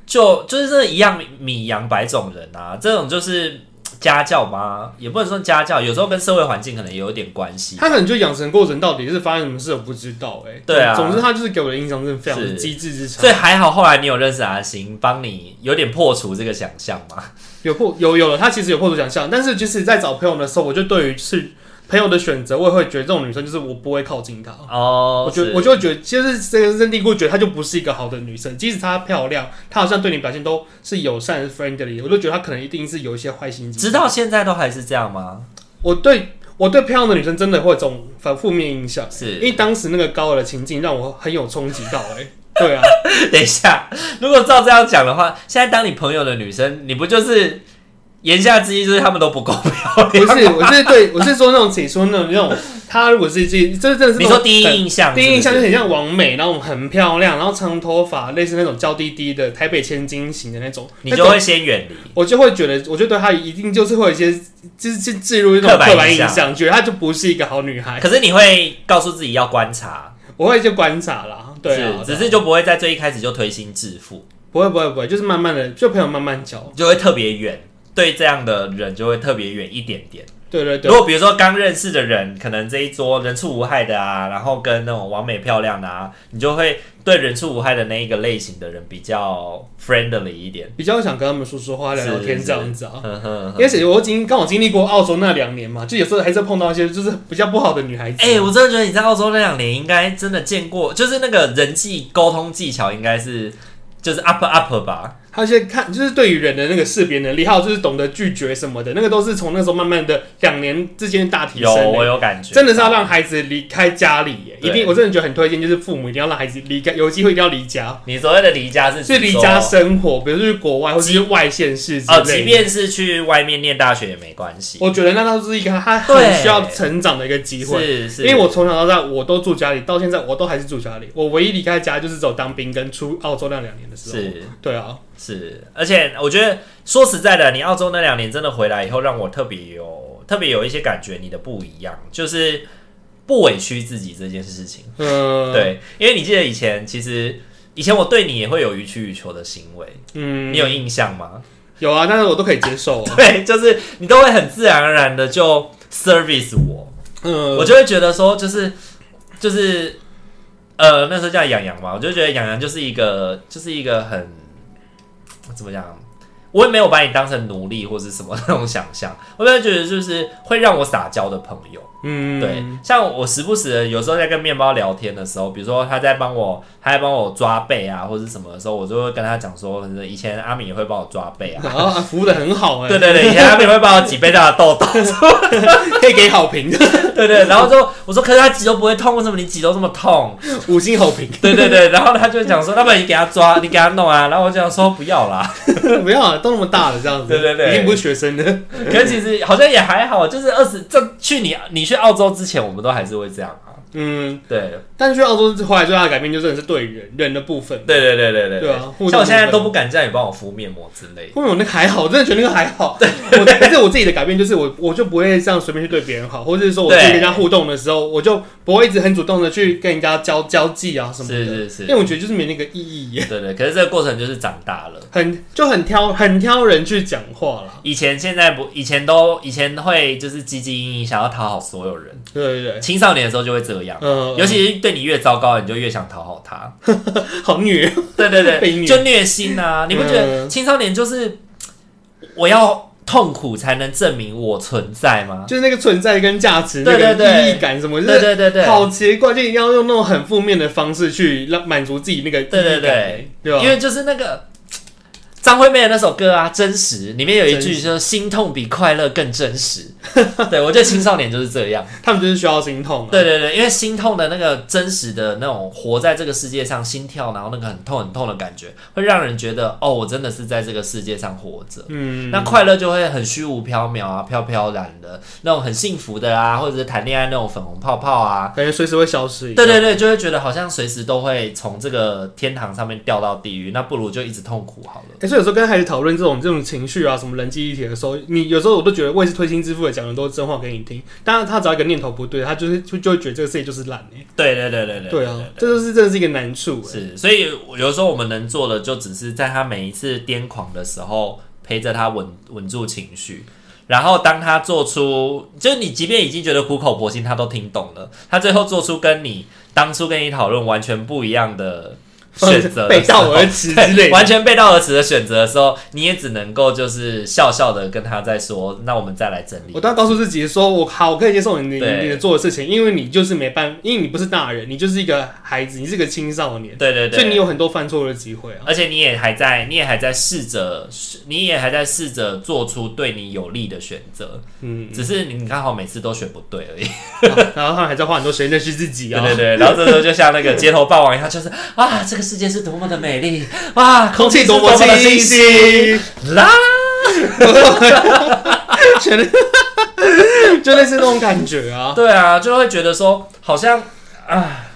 [SPEAKER 2] 就就是这一样米养百种人啊，这种就是嘖家教吧，也不能说家教，有时候跟社会环境可能也有点关系。
[SPEAKER 1] 他可能就养成过程到底是发生什么事，我不知道哎。
[SPEAKER 2] 对啊
[SPEAKER 1] 总之他就是给我的印象真的非常的
[SPEAKER 2] 是
[SPEAKER 1] 机智之
[SPEAKER 2] 所
[SPEAKER 1] 长
[SPEAKER 2] 以。还好，后来你有认识阿星，帮你有点破除这个想象嘛。
[SPEAKER 1] 有破有有了，他其实有破除奖项，但是其实在找朋友的时候，我就对于是朋友的选择，我也会觉得这种女生就是我不会靠近她。
[SPEAKER 2] 哦，
[SPEAKER 1] 我就是我就会觉得，其实这个认定过，觉得她就不是一个好的女生。即使她漂亮，她好像对你表现都是友善、friendly，我就觉得她可能一定是有一些坏心机。
[SPEAKER 2] 直到现在都还是这样吗？
[SPEAKER 1] 我对我对漂亮的女生真的会有种反负面影响，因
[SPEAKER 2] 是。
[SPEAKER 1] 为当时那个高尔的情境让我很有冲击到、哎， 对啊，
[SPEAKER 2] 等一下，如果照这样讲的话，现在当你朋友的女生，你不就是言下之意就是她们都不够漂
[SPEAKER 1] 不
[SPEAKER 2] 亮？
[SPEAKER 1] 是，我是对我是说那种解说那种那种，她如果是这这真的是
[SPEAKER 2] 你
[SPEAKER 1] 那
[SPEAKER 2] 说
[SPEAKER 1] 种
[SPEAKER 2] 第一
[SPEAKER 1] 很
[SPEAKER 2] 印象是不
[SPEAKER 1] 第
[SPEAKER 2] 是，
[SPEAKER 1] 一印象就很像王美，然后很漂亮，然后长头发，类似那种娇滴滴的台北千金型的那种，
[SPEAKER 2] 你
[SPEAKER 1] 那
[SPEAKER 2] 就
[SPEAKER 1] 种
[SPEAKER 2] 会先远离。
[SPEAKER 1] 我就会觉得，我就对她一定就是会有一些，就是就置入一种刻
[SPEAKER 2] 刻板
[SPEAKER 1] 板
[SPEAKER 2] 印
[SPEAKER 1] 印
[SPEAKER 2] 象
[SPEAKER 1] 象，觉得她就不是一个好女孩，
[SPEAKER 2] 可是你会告诉自己要观察，
[SPEAKER 1] 我会去观察啦，对啊，
[SPEAKER 2] 是只是就不会在最一开始就推心置腹，
[SPEAKER 1] 不会不会不会，就是慢慢的，就朋友慢慢交，
[SPEAKER 2] 就会特别远，对这样的人就会特别远一点点。
[SPEAKER 1] 对对对
[SPEAKER 2] 如。果比如说刚认识的人，可能这一桌人畜无害的啊，然后跟那种完美漂亮的啊，你就会对人畜无害的那一个类型的人比较 friendly 一点。
[SPEAKER 1] 比较想跟他们说说话、聊聊天
[SPEAKER 2] 是
[SPEAKER 1] 这样子啊。
[SPEAKER 2] 呵呵呵
[SPEAKER 1] 因为其实我经刚好经历过澳洲那两年嘛，就有时候还是碰到一些就是比较不好的女孩子。
[SPEAKER 2] 哎、我真的觉得你在澳洲那两年应该真的见过，就是那个人际沟通技巧应该是就是 up up 吧，
[SPEAKER 1] 他先看就是对于人的那个识别能力，还有就是懂得拒绝什么的，那个都是从那时候慢慢的两年之间大提升
[SPEAKER 2] 有
[SPEAKER 1] 欸、
[SPEAKER 2] 我有感觉，
[SPEAKER 1] 真的是要让孩子离开家里耶，
[SPEAKER 2] 对
[SPEAKER 1] 一定我真的觉得很推荐，就是父母一定要让孩子离开，有机会一定要离家，
[SPEAKER 2] 你所谓的离家是
[SPEAKER 1] 是离家生活，比如说去国外或者是外县市之
[SPEAKER 2] 哦，即
[SPEAKER 1] 类的。
[SPEAKER 2] 便是去外面念大学也没关系，
[SPEAKER 1] 我觉得那都是一个他很
[SPEAKER 2] 对
[SPEAKER 1] 需要成长的一个机会，
[SPEAKER 2] 是是，
[SPEAKER 1] 因为我从小到大我都住家里，到现在我都还是住家里。我唯一离开家就是走当兵跟出澳洲那两年的时候。
[SPEAKER 2] 是
[SPEAKER 1] 对啊，
[SPEAKER 2] 是，而且我觉得说实在的，你澳洲那两年真的回来以后，让我特别有特别有一些感觉，你的不一样，就是不委屈自己这件事情。
[SPEAKER 1] 嗯，，
[SPEAKER 2] 对，因为你记得以前其实。以前我对你也会有予取予求的行为，
[SPEAKER 1] 嗯
[SPEAKER 2] 你，有印象吗？
[SPEAKER 1] 有啊，但是我都可以接受啊。
[SPEAKER 2] 对，就是你都会很自然而然的就 service 我，
[SPEAKER 1] 嗯，
[SPEAKER 2] 我就会觉得说，就是就是，呃，那时候叫养洋嘛，我就觉得养洋就是一个就是一个很怎么讲，我也没有把你当成奴隶或是什么 那种想象，我就觉得就是会让我撒娇的朋友。
[SPEAKER 1] 嗯，
[SPEAKER 2] 对，像我时不时的有时候在跟面包聊天的时候，比如说他在帮我，他在帮我抓背啊，或者什么的时候，我就会跟他讲说，以前阿敏也会帮我抓背啊。
[SPEAKER 1] 然后啊服务的很好哎、
[SPEAKER 2] 对对对，以前阿敏会帮我挤背上的痘痘，
[SPEAKER 1] 可以给好评，
[SPEAKER 2] 对对，然后就我说，可是他挤都不会痛，为什么你挤都这么痛？
[SPEAKER 1] 五星好评。
[SPEAKER 2] 对对对，然后他就讲说，那不然你给他抓，你给他弄啊。然后我就想说不要 啦，
[SPEAKER 1] 不要啊，都那么大了，这样子，
[SPEAKER 2] 对对对
[SPEAKER 1] 已经不是学生了。
[SPEAKER 2] 可是其实好像也还好，就是二十这去你你去澳洲之前，我们都还是会这样啊。
[SPEAKER 1] 嗯，
[SPEAKER 2] 对
[SPEAKER 1] 但是去澳洲回来最大的改变，就真的是对人人的部分。
[SPEAKER 2] 对对对对对
[SPEAKER 1] 对啊互动
[SPEAKER 2] 像我现在
[SPEAKER 1] 部分
[SPEAKER 2] 都不敢叫你帮我敷面膜之类的。
[SPEAKER 1] 后面我那个还好，我真的觉得那个还好。对，我可是我自己的改变就是我我就不会这样随便去对别人好，或者是说我去
[SPEAKER 2] 对
[SPEAKER 1] 跟人家互动的时候，我就不会一直很主动的去跟人家交交际啊什么的。
[SPEAKER 2] 是是是
[SPEAKER 1] 因为我觉得就是没那个意义耶，
[SPEAKER 2] 对对，可是这个过程就是长大了。
[SPEAKER 1] 很就很挑很挑人去讲话啦。
[SPEAKER 2] 以前现在不，以前都以前会就是积极营营，想要讨好所有人。
[SPEAKER 1] 对对对，
[SPEAKER 2] 青少年的时候就会这样，
[SPEAKER 1] 嗯，
[SPEAKER 2] 尤其是对你越糟糕，你就越想讨好他。
[SPEAKER 1] 呃好虐，
[SPEAKER 2] 对对
[SPEAKER 1] 被虐
[SPEAKER 2] 对，就虐心啊！你不觉得
[SPEAKER 1] 嗯
[SPEAKER 2] 青少年就是我要痛苦才能证明我存在吗？
[SPEAKER 1] 就是那个存在跟价值、那
[SPEAKER 2] 对对
[SPEAKER 1] 个
[SPEAKER 2] 对
[SPEAKER 1] 意义感什么，就是
[SPEAKER 2] 对对对对，
[SPEAKER 1] 好奇怪，就一定要用那种很负面的方式去让满足自己那个
[SPEAKER 2] 对对对
[SPEAKER 1] 对吧？啊
[SPEAKER 2] 因为就是那个张惠妹的那首歌啊，《真实》里面有一
[SPEAKER 1] 真
[SPEAKER 2] 句说“心痛比快乐更真实”， 对我觉得青少年就是这样。
[SPEAKER 1] 他们就是需要心痛、啊，
[SPEAKER 2] 对对对，因为心痛的那个真实的那种活在这个世界上，心跳，然后那个很痛很痛的感觉，会让人觉得哦，我真的是在这个世界上活着。
[SPEAKER 1] 嗯，
[SPEAKER 2] 那快乐就会很虚无缥缈啊，飘飘然的那种很幸福的啊，或者是谈恋爱那种粉红泡泡啊，
[SPEAKER 1] 感觉随时会消失一样。
[SPEAKER 2] 对对对，就会觉得好像随时都会从这个天堂上面掉到地狱，那不如就一直痛苦好了。
[SPEAKER 1] 欸所以有时候跟孩子讨论这种这种情绪啊，什么人际议题的时候，你有时候我都觉得我也是推心置腹的讲很多真话给你听。当然，他只要一个念头不对，他就是就就会觉得这个世界就是烂欸
[SPEAKER 2] 对对对对对
[SPEAKER 1] 对啊，这就是真的是一个难处、欸。
[SPEAKER 2] 是，所以有时候我们能做的就只是在他每一次癫狂的时候陪着他稳稳住情绪。然后，当他做出，就是你即便已经觉得苦口婆心，他都听懂了，他最后做出跟你当初跟你讨论完全不一样的选择的时候，
[SPEAKER 1] 背道而驰之类
[SPEAKER 2] 对，
[SPEAKER 1] 的
[SPEAKER 2] 完全背道而驰的选择的时候，你也只能够就是笑笑的跟他再说，那我们再来整理
[SPEAKER 1] 我。都要告诉自己说，我好，我可以接受你的你
[SPEAKER 2] 对
[SPEAKER 1] 你的做的事情，因为你就是没办法，因为你不是大人，你就是一个孩子，你是个青少年，
[SPEAKER 2] 对对对，
[SPEAKER 1] 所以你有很多犯错的机会 啊。
[SPEAKER 2] 而且你也还在，你也还在试着，你也还在试着做出对你有利的选择，
[SPEAKER 1] 嗯，
[SPEAKER 2] 只是你刚好每次都选不对而已。
[SPEAKER 1] 然后他们还在花很多时间认识自己
[SPEAKER 2] 对
[SPEAKER 1] 啊，
[SPEAKER 2] 对对，然后这时候就像那个街头霸王一样，就是 啊，这个世界是多么的美丽，哇，
[SPEAKER 1] 空
[SPEAKER 2] 空
[SPEAKER 1] 气
[SPEAKER 2] 气
[SPEAKER 1] 多么
[SPEAKER 2] 是的
[SPEAKER 1] 清
[SPEAKER 2] 清新，啊
[SPEAKER 1] 新，
[SPEAKER 2] 啦，
[SPEAKER 1] 全就类似那种感觉啊。
[SPEAKER 2] 对啊，就会觉得说好像啊，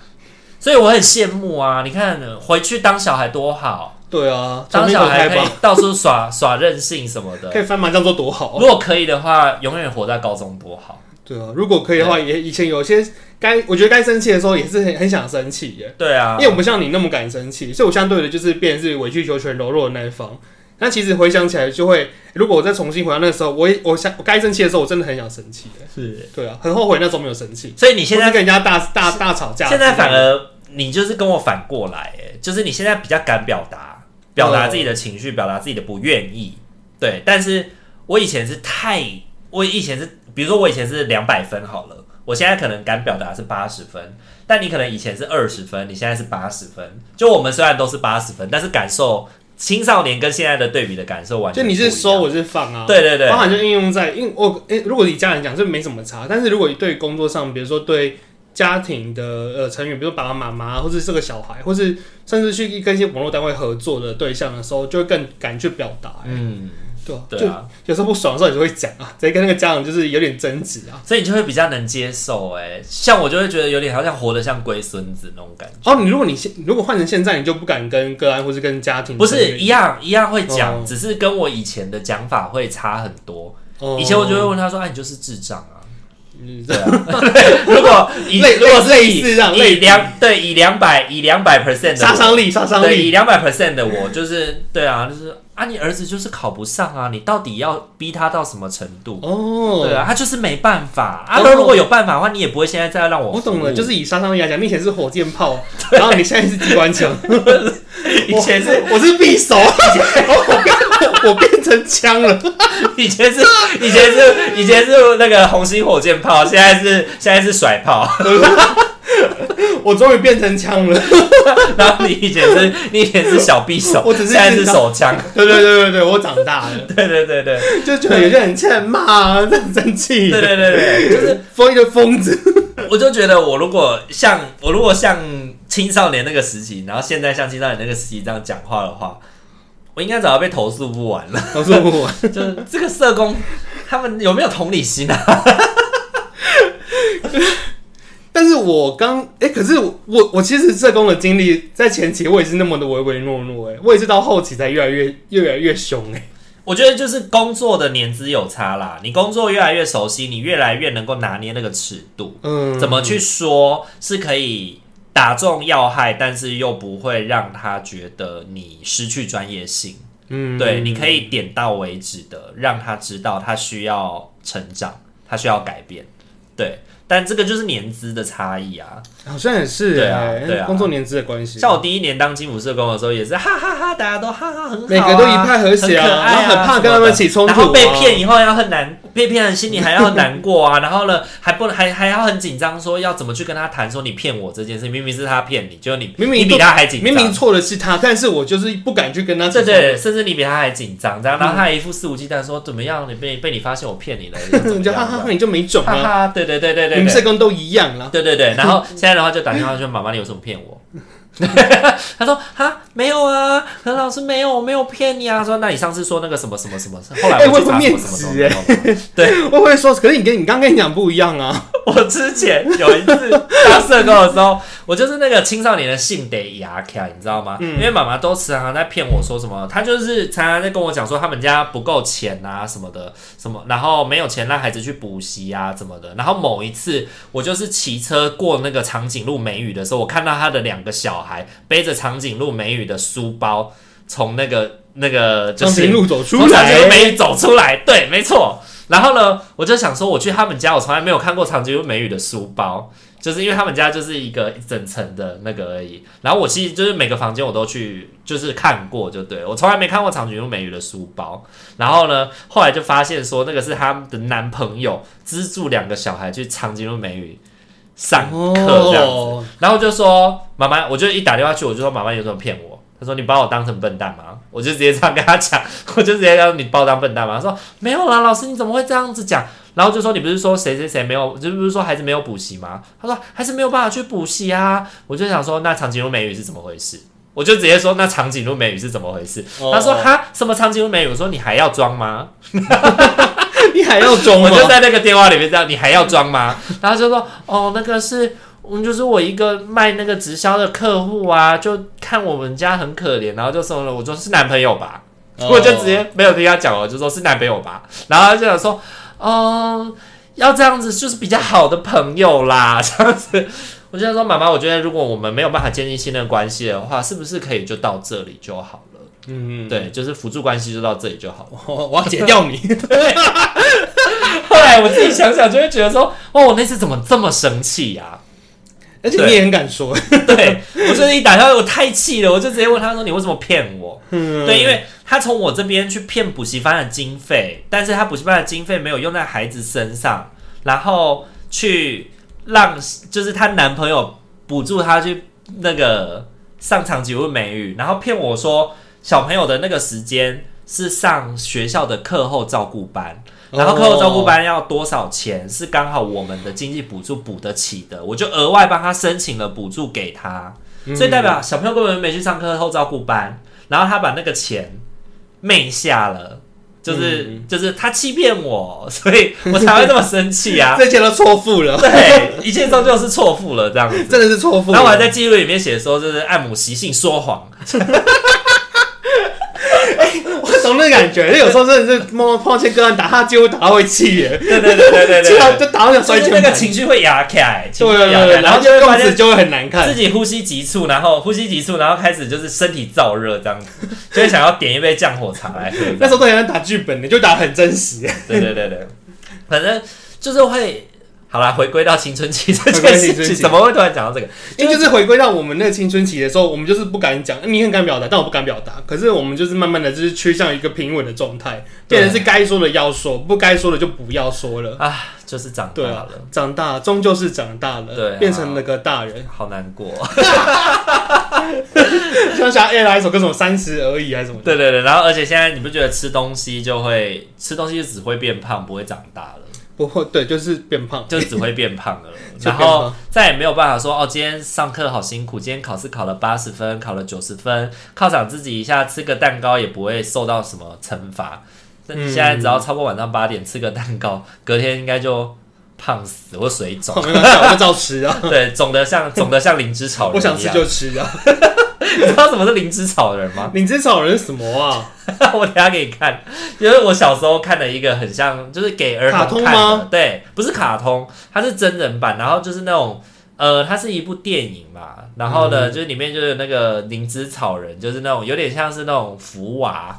[SPEAKER 2] 所以我很羡慕啊，你看回去当小孩多好，
[SPEAKER 1] 对啊，
[SPEAKER 2] 当
[SPEAKER 1] 从
[SPEAKER 2] 小
[SPEAKER 1] 开
[SPEAKER 2] 孩可以
[SPEAKER 1] 吧，
[SPEAKER 2] 到处耍耍任性什么
[SPEAKER 1] 可以
[SPEAKER 2] 的，
[SPEAKER 1] 翻麻将桌多好
[SPEAKER 2] 如
[SPEAKER 1] 啊。
[SPEAKER 2] 果可以的话，永远活在高中多好。
[SPEAKER 1] 对啊，如果可以的话，也以前有些该我觉得该生气的时候，也是很很想生气耶。
[SPEAKER 2] 对啊，
[SPEAKER 1] 因为我不像你那么敢生气，所以我相对的就是变成是委曲求全、柔弱的那一方。那其实回想起来，就会如果我再重新回到那时候，我也我想我该生气的时候，我真的很想生气耶。
[SPEAKER 2] 是。
[SPEAKER 1] 对啊，很后悔那时候没有生气。
[SPEAKER 2] 所以你现
[SPEAKER 1] 或是
[SPEAKER 2] 在
[SPEAKER 1] 跟人家大大大吵架之
[SPEAKER 2] 现
[SPEAKER 1] 类的，
[SPEAKER 2] 在反而你就是跟我反过来、哎，就是你现在比较敢表达，表达自己的情绪，表达自己的不愿意，对。但是我以前是太，我以前是，比如说我以前是两百分好了，我现在可能敢表达是八十分，但你可能以前是二十分，你现在是八十分。就我们虽然都是八十分，但是感受青少年跟现在的对比的感受完
[SPEAKER 1] 就
[SPEAKER 2] 全
[SPEAKER 1] 你是
[SPEAKER 2] 不一样
[SPEAKER 1] 收，我是放啊，
[SPEAKER 2] 对对对
[SPEAKER 1] 方法就应用在，因为我诶、如果以家人讲，这没什么差。但是如果对工作上，比如说对家庭的呃成员，比如说爸爸妈妈，或是这个小孩，或是甚至去跟一些网络单位合作的对象的时候，就会更敢去表达、欸
[SPEAKER 2] 嗯，
[SPEAKER 1] 对吧、
[SPEAKER 2] 对
[SPEAKER 1] 就
[SPEAKER 2] 啊，
[SPEAKER 1] 有时候不爽的时候，你就会讲啊，直接跟那个家长就是有点争执啊。
[SPEAKER 2] 所以你就会比较能接受、哎，像我就会觉得有点好像活得像龟孙子那种感觉，
[SPEAKER 1] 哦，你如果你现如果换成现在，你就不敢跟个案或是跟家庭
[SPEAKER 2] 不
[SPEAKER 1] 成员
[SPEAKER 2] 是一样一样会讲，
[SPEAKER 1] 嗯哦
[SPEAKER 2] 只是跟我以前的讲法会差很多。
[SPEAKER 1] 哦
[SPEAKER 2] 以前我就会问他说：“哎、你就是智障 啊。”
[SPEAKER 1] 嗯
[SPEAKER 2] 对啊，如果以
[SPEAKER 1] 类
[SPEAKER 2] 如果是
[SPEAKER 1] 类
[SPEAKER 2] 以
[SPEAKER 1] 似这样类
[SPEAKER 2] 以两对以两百以两百 percent 的
[SPEAKER 1] 杀
[SPEAKER 2] 我
[SPEAKER 1] 伤力，杀伤
[SPEAKER 2] 对
[SPEAKER 1] 力
[SPEAKER 2] 以两百 percent 的我就是对啊，就是啊，你儿子就是考不上啊，你到底要逼他到什么程度？
[SPEAKER 1] 哦，
[SPEAKER 2] 对啊，他就是没办法啊。
[SPEAKER 1] 哦
[SPEAKER 2] 如果有办法的话，你也不会现在再让我
[SPEAKER 1] 我懂了，就是是以杀伤力来讲，你以前是火箭炮，然后你现在是机关 枪。
[SPEAKER 2] 以前是
[SPEAKER 1] 我是匕首，我变我变成枪了。
[SPEAKER 2] 以前是以前是以前是那个红心火箭炮，现在是现在是甩炮，
[SPEAKER 1] 我终于变成枪了。
[SPEAKER 2] 然后你以前是你以前是小匕首，
[SPEAKER 1] 我只是
[SPEAKER 2] 现在是
[SPEAKER 1] 知道
[SPEAKER 2] 手枪，
[SPEAKER 1] 对对对对对，我长大了，
[SPEAKER 2] 对对对对
[SPEAKER 1] 就觉得有些人欠骂啊，很生气。
[SPEAKER 2] 对对对对，就是。
[SPEAKER 1] 疯一个疯子。
[SPEAKER 2] 我就觉得，我如果像我如果像青少年那个时期，然后现在像青少年那个时期这样讲话的话，我应该早就被投诉不完了。
[SPEAKER 1] 我说我，
[SPEAKER 2] 就是这个社工，他们有没有同理心啊？
[SPEAKER 1] 但是我刚哎、可是我我其实社工的经历，在前期我也是那么的唯唯诺诺哎、诶我也是到后期才越来越越来越凶哎、
[SPEAKER 2] 我觉得就是工作的年资有差啦，你工作越来越熟悉，你越来越能够拿捏那个尺度，
[SPEAKER 1] 嗯，
[SPEAKER 2] 怎么去说是可以打中要害，但是又不会让他觉得你失去专业性。
[SPEAKER 1] 嗯
[SPEAKER 2] 对，你可以点到为止的，让他知道他需要成长，他需要改变。对，但这个就是年资的差异啊。
[SPEAKER 1] 好像也是
[SPEAKER 2] 对啊
[SPEAKER 1] 诶
[SPEAKER 2] 对啊
[SPEAKER 1] 工作年资的关系，
[SPEAKER 2] 像我第一年当金普社工的时候，也是哈哈哈大家都哈哈很好、啊，
[SPEAKER 1] 每个都一派和谐啊
[SPEAKER 2] 很可爱啊，
[SPEAKER 1] 然后很怕跟他们起冲突啊
[SPEAKER 2] 然后被骗以后要很难，被骗的心里还要很难过啊，然后呢还不能还还要很紧张，说要怎么去跟他谈，说你骗我这件事，明明是他骗你，就你
[SPEAKER 1] 明明
[SPEAKER 2] 你比他还紧张，
[SPEAKER 1] 明明错的是他，但是我就是不敢去跟他
[SPEAKER 2] 对
[SPEAKER 1] 起冲突
[SPEAKER 2] 对，甚至你比他还紧张，
[SPEAKER 1] 嗯
[SPEAKER 2] 这样，然后他还一副肆无忌惮说怎么样，你被被你发现我骗你了，又怎 么
[SPEAKER 1] 你就哈
[SPEAKER 2] 样
[SPEAKER 1] 哈哈，
[SPEAKER 2] 的？
[SPEAKER 1] 你就没种
[SPEAKER 2] 哈
[SPEAKER 1] 啊！
[SPEAKER 2] 哈，对对对对
[SPEAKER 1] 你
[SPEAKER 2] 对
[SPEAKER 1] 们社
[SPEAKER 2] 对，
[SPEAKER 1] 工都一样啦。
[SPEAKER 2] 对对对，然后现在的话就打电话说妈妈，你有什么骗我？ 他说哈没有啊，何老师没有，我没有骗你啊。说那你上次说那个什么什么什么，后来
[SPEAKER 1] 哎
[SPEAKER 2] 我
[SPEAKER 1] 我
[SPEAKER 2] 去查
[SPEAKER 1] 会
[SPEAKER 2] 什
[SPEAKER 1] 面
[SPEAKER 2] 么什么
[SPEAKER 1] 子
[SPEAKER 2] 什么没有。
[SPEAKER 1] 我会说，可是你跟你刚跟你讲不一样啊。
[SPEAKER 2] 我之前有一次当社工的时候，我就是那个青少年的性得牙卡，你知道吗？因为妈妈都常常在骗我说什么，她就是常常在跟我讲说他们家不够钱啊什么的，什么然后没有钱让孩子去补习啊什么的。然后某一次我就是骑车过那个长颈鹿美语的时候，我看到他的两个小孩背着长颈鹿美语的书包从那个那个就
[SPEAKER 1] 长
[SPEAKER 2] 是
[SPEAKER 1] 颈鹿走出
[SPEAKER 2] 从长颈鹿
[SPEAKER 1] 来，
[SPEAKER 2] 美语走出来，对，没错。然后呢，我就想说，我去他们家，我从来没有看过长颈鹿美语的书包，就是因为他们家就是一个一整层的那个而已。然后我其实就是每个房间我都去就是看过，就对我从来没看过长颈鹿美语的书包。然后呢，后来就发现说，那个是她的男朋友资助两个小孩去长颈鹿美语上课这样子。
[SPEAKER 1] 哦
[SPEAKER 2] 然后就说妈妈，我就一打电话去，我就说妈妈你有什么骗我？他说你把我当成笨蛋吗？我就直接这样跟他讲， 我就直接让你把我当笨蛋吗？他说没有啦，老师你怎么会这样子讲？然后就说你不是说谁谁谁没有，就是不是说孩子没有补习吗？他说还是没有办法去补习啊。我就想说那长颈鹿美语是怎么回事？我就直接说那长颈鹿美语是怎么回事？
[SPEAKER 1] 哦
[SPEAKER 2] 他说哈什么长颈鹿美语？我说你还要装吗？
[SPEAKER 1] 哦你还要装
[SPEAKER 2] 我
[SPEAKER 1] 吗？
[SPEAKER 2] 就在那个电话里面这样，你还要装吗？ 然后就说哦，那个是，嗯，就是我一个卖那个直销的客户啊，就看我们家很可怜，然后就说了，我说是男朋友吧，
[SPEAKER 1] 哦
[SPEAKER 2] 我就直接没有听他讲，我就说是男朋友吧，然后他就想说，嗯、要这样子就是比较好的朋友啦， 这样子。我就想说，妈妈，我觉得如果我们没有办法建立信任关系的话，是不是可以就到这里就好了？
[SPEAKER 1] 嗯，
[SPEAKER 2] 对，就是辅助关系就到这里就好了。
[SPEAKER 1] 我我要解掉 你。
[SPEAKER 2] 后来我自己想想，就会觉得说，哦，我那次怎么这么生气呀、
[SPEAKER 1] 而且你也很敢说，
[SPEAKER 2] 对我就是一打电话，我太气了，我就直接问他说：“你为什么骗我？”
[SPEAKER 1] 嗯，
[SPEAKER 2] 对，因为他从我这边去骗补习班的经费，但是他补习班的经费没有用在孩子身上，然后去让就是她男朋友补助她去那个上场几问美语，然后骗我说。小朋友的那个时间是上学校的课后照顾班，然后课后照
[SPEAKER 1] 哦
[SPEAKER 2] 顾班要多少钱是刚好我们的经济补助补得起的，我就额外帮他申请了补助给他，所以代表小朋友根本没去上课后照顾班，然后他把那个钱昧下了。就是就是他欺骗我，所以我才会这么生气啊！
[SPEAKER 1] 哦 这些都错付了，
[SPEAKER 2] 对，一切终究是错付了这样子。
[SPEAKER 1] 真的是错付了。
[SPEAKER 2] 然后我还在记录里面写说，就是按母习性说谎，
[SPEAKER 1] 我懂那个感觉，因为有时候真的是碰碰见个案打，他几乎打到会气耶，
[SPEAKER 2] 对对对对对
[SPEAKER 1] 气到
[SPEAKER 2] 对，
[SPEAKER 1] 就打到想
[SPEAKER 2] 就
[SPEAKER 1] 摔
[SPEAKER 2] 是
[SPEAKER 1] 键
[SPEAKER 2] 那
[SPEAKER 1] 盘。
[SPEAKER 2] 个情绪会压开，情
[SPEAKER 1] 对
[SPEAKER 2] 绪
[SPEAKER 1] 对
[SPEAKER 2] 压
[SPEAKER 1] 对
[SPEAKER 2] 开，
[SPEAKER 1] 对，
[SPEAKER 2] 然
[SPEAKER 1] 然
[SPEAKER 2] 后
[SPEAKER 1] 后
[SPEAKER 2] 就会发
[SPEAKER 1] 用词
[SPEAKER 2] 现
[SPEAKER 1] 就会很难看
[SPEAKER 2] 自。己呼吸急促，然后呼吸急促，然后开始就是身体燥热这样子， 就会想要点一杯降火茶来喝。这
[SPEAKER 1] 那
[SPEAKER 2] 样
[SPEAKER 1] 时候都很难打剧本的，就打得很真实。
[SPEAKER 2] 对对对对，反正就是会。好啦，回归到青春期这件
[SPEAKER 1] 回归青
[SPEAKER 2] 事
[SPEAKER 1] 春
[SPEAKER 2] 情，
[SPEAKER 1] 期
[SPEAKER 2] 怎么会突然讲到这个？
[SPEAKER 1] 因为就是回归到我们那个青春期的时候，我们就是不敢讲，你很敢表达，但我不敢表达。可是我们就是慢慢的，就是趋向一个平稳的状态，
[SPEAKER 2] 对
[SPEAKER 1] 变成是该说的要说，不该说的就不要说了。
[SPEAKER 2] 啊，就是长大
[SPEAKER 1] 对啊
[SPEAKER 2] 了，，
[SPEAKER 1] 长大终究是长大了，
[SPEAKER 2] 对啊
[SPEAKER 1] 变成了个大人。
[SPEAKER 2] 好难过。
[SPEAKER 1] 像想 A 来一首歌，什么三十而已还是什么？
[SPEAKER 2] 对对对，然后而且现在你不觉得吃东西就会吃东西就只会变胖，不会长大了，
[SPEAKER 1] 不会，对，就是变胖。。
[SPEAKER 2] 就只会变胖了
[SPEAKER 1] 就变
[SPEAKER 2] 然
[SPEAKER 1] 胖
[SPEAKER 2] 后再也没有办法说哦，今天上课好辛苦，今天考试考了八十分，考了九十分，犒赏自己一下，吃个蛋糕也不会受到什么惩罚。那你
[SPEAKER 1] 嗯
[SPEAKER 2] 现在只要超过晚上八点吃个蛋糕， 隔天应该就胖死或水肿
[SPEAKER 1] 我，没关系，我就照吃 啊，
[SPEAKER 2] 对，肿得像肿得像灵芝草人
[SPEAKER 1] 我想
[SPEAKER 2] 一
[SPEAKER 1] 吃
[SPEAKER 2] 样
[SPEAKER 1] 就吃啊。
[SPEAKER 2] 你知道什么是灵芝草人吗？
[SPEAKER 1] 你这种人什么啊？
[SPEAKER 2] 我等一下给你看，就是我小时候看的一个很像，就是给儿
[SPEAKER 1] 卡
[SPEAKER 2] 童
[SPEAKER 1] 通
[SPEAKER 2] 看的，
[SPEAKER 1] 吗
[SPEAKER 2] 对，不是卡通，它是真人版，然后就是那种。呃，它是一部电影嘛，然后
[SPEAKER 1] 嗯
[SPEAKER 2] 呢，就是里面就是那个灵芝草人，就是那种有点像是那种福娃，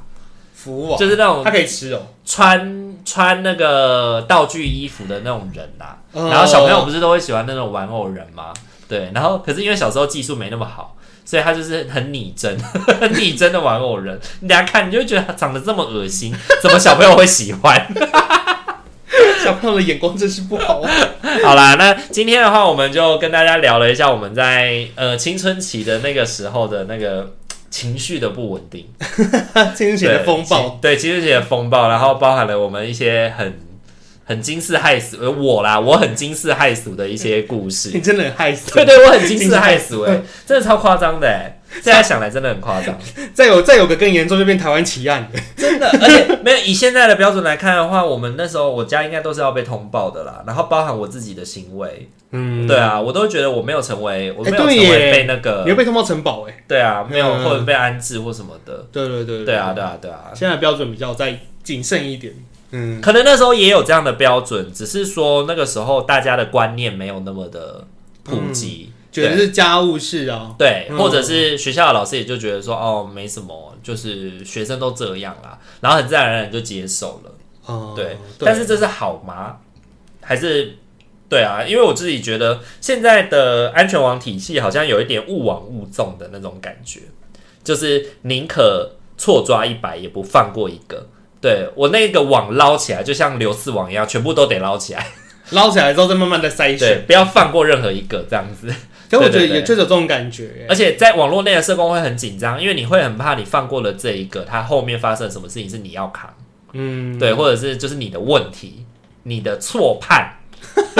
[SPEAKER 1] 福娃
[SPEAKER 2] 就是那种
[SPEAKER 1] 他可以吃哦。
[SPEAKER 2] 穿穿那个道具衣服的那种人呐、
[SPEAKER 1] 哦
[SPEAKER 2] 然后小朋友不是都会喜欢那种玩偶人吗？对，然后可是因为小时候技术没那么好，所以他就是很拟真、 很拟真的玩偶人。你等一下看，你就会觉得他长得这么恶心，怎么小朋友会喜欢？
[SPEAKER 1] 小朋友的眼光真是不好啊。
[SPEAKER 2] 好啦，那今天的话，我们就跟大家聊了一下我们在呃青春期的那个时候的那个。情绪的不稳定，
[SPEAKER 1] 青 春期的风暴，
[SPEAKER 2] 对，对，情绪的风暴，然后包含了我们一些很很惊世骇俗，呃我啦，我很惊世骇俗的一些故事，
[SPEAKER 1] 你真的很害死。
[SPEAKER 2] 对对，我很惊世骇俗哎、真的超夸张的哎、现在想来真的很夸张，
[SPEAKER 1] 再有再有个更严重，就变台湾奇案。
[SPEAKER 2] 真 的，而且没有以现在的标准来看的话，我们那时候我家应该都是要被通报的啦，然后包含我自己的行为，
[SPEAKER 1] 嗯，
[SPEAKER 2] 对啊，我都觉得我没有成为，我没有
[SPEAKER 1] 哎
[SPEAKER 2] 成
[SPEAKER 1] 对耶
[SPEAKER 2] 为被那个，
[SPEAKER 1] 你会被通报城堡哎、
[SPEAKER 2] 对啊，没有
[SPEAKER 1] 嗯
[SPEAKER 2] 或者被安置或什么的，
[SPEAKER 1] 对对对
[SPEAKER 2] 对啊，，对啊，对啊，
[SPEAKER 1] 现在标准比较再谨慎一点。嗯，
[SPEAKER 2] 可能那时候也有这样的标准，只是说那个时候大家的观念没有那么的普及，
[SPEAKER 1] 觉得是家务事啊。
[SPEAKER 2] 对，
[SPEAKER 1] 嗯
[SPEAKER 2] 或者是学校的老师也就觉得说，哦，没什么，就是学生都这样啦，然后很自然而然就接受了。
[SPEAKER 1] 哦
[SPEAKER 2] 对，但是这是好吗？还是对啊？因为我自己觉得现在的安全网体系好像有一点勿往勿纵的那种感觉，就是宁可错抓一百，也不放过一个。对我那个网捞起来，就像流丝网一样，全部都得捞起来，
[SPEAKER 1] 捞起来之后再慢慢的筛选。
[SPEAKER 2] 对，不要放过任何一个这样子。
[SPEAKER 1] 可我觉得
[SPEAKER 2] 对对对
[SPEAKER 1] 也确实有这种感觉、欸
[SPEAKER 2] 而且在网络内的社工会很紧张，因为你会很怕你放过了这一个，他后面发生什么事情是你要扛，
[SPEAKER 1] 嗯，
[SPEAKER 2] 对，或者是就是你的问题、你的错判。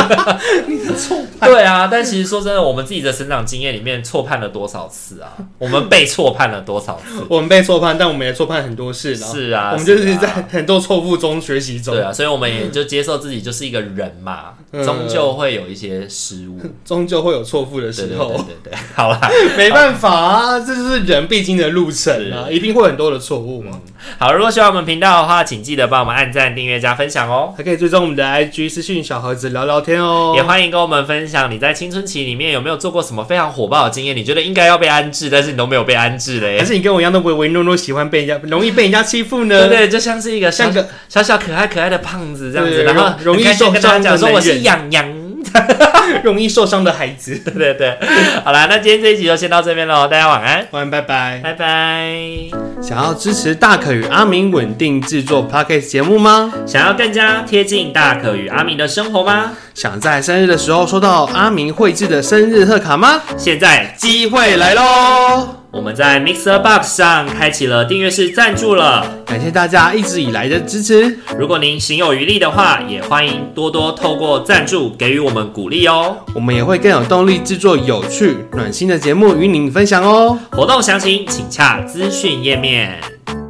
[SPEAKER 2] 你的错判，对啊，但其实说真的，我们自己的成长经验里面错判了多少次啊？我们被错判了多少 次？
[SPEAKER 1] 我们被错判，但我们也错判很多事啦。
[SPEAKER 2] 是啊，
[SPEAKER 1] 我们就是
[SPEAKER 2] 啊
[SPEAKER 1] 在很多错误中学习中
[SPEAKER 2] 对，啊，所以我们也就接受自己就是一个人嘛，
[SPEAKER 1] 嗯
[SPEAKER 2] 终究会有一些失误。
[SPEAKER 1] 终究会有错误的
[SPEAKER 2] 对
[SPEAKER 1] 时
[SPEAKER 2] 对对
[SPEAKER 1] 候，
[SPEAKER 2] 对对，好啦，
[SPEAKER 1] 没办法啊，这就是人必经的路程啊，一定会很多的错误嘛。
[SPEAKER 2] 好，如果喜欢我们频道的话，请记得帮我们按赞、订阅、加分享哦。
[SPEAKER 1] 还可以追踪我们的 IG 私讯小盒子聊聊天哦
[SPEAKER 2] 也。欢迎跟我们分享你在青春期里面有没有做过什么非常火爆的经验？你觉得应该要被安置，但是你都没有被安置嘞
[SPEAKER 1] 还。是你跟我一样都唯唯诺诺，喜欢被人家容易被人家欺负
[SPEAKER 2] 对不
[SPEAKER 1] 呢？
[SPEAKER 2] 对，就像是一个小
[SPEAKER 1] 像 个
[SPEAKER 2] 小小可爱可爱的胖子这样子，
[SPEAKER 1] 对
[SPEAKER 2] 然后
[SPEAKER 1] 容容易
[SPEAKER 2] 很开心
[SPEAKER 1] 受
[SPEAKER 2] 跟大家
[SPEAKER 1] 伤
[SPEAKER 2] 讲
[SPEAKER 1] 的
[SPEAKER 2] 说
[SPEAKER 1] 男
[SPEAKER 2] 我是
[SPEAKER 1] 人
[SPEAKER 2] 养羊，
[SPEAKER 1] 容易受伤的孩子。
[SPEAKER 2] 对对对。好啦，那今天这一集就先到这边喽，大家晚安，
[SPEAKER 1] 晚安，拜拜。
[SPEAKER 2] 拜拜。
[SPEAKER 1] 想要支持大可与阿明稳定制作 podcast 节目吗？
[SPEAKER 2] 想要更加贴近大可与阿明的生活吗？
[SPEAKER 1] 想在生日的时候收到阿明绘制的生日贺卡吗？
[SPEAKER 2] 现在
[SPEAKER 1] 机会来喽！
[SPEAKER 2] 我们在 Mixer Box 上开启了订阅式赞助了。
[SPEAKER 1] 感谢大家一直以来的支持，
[SPEAKER 2] 如果您行有余力的话，也欢迎多多透过赞助给予我们鼓励哦。
[SPEAKER 1] 我们也会更有动力制作有趣、暖心的节目与您分享哦。
[SPEAKER 2] 活动详情请洽资讯页面。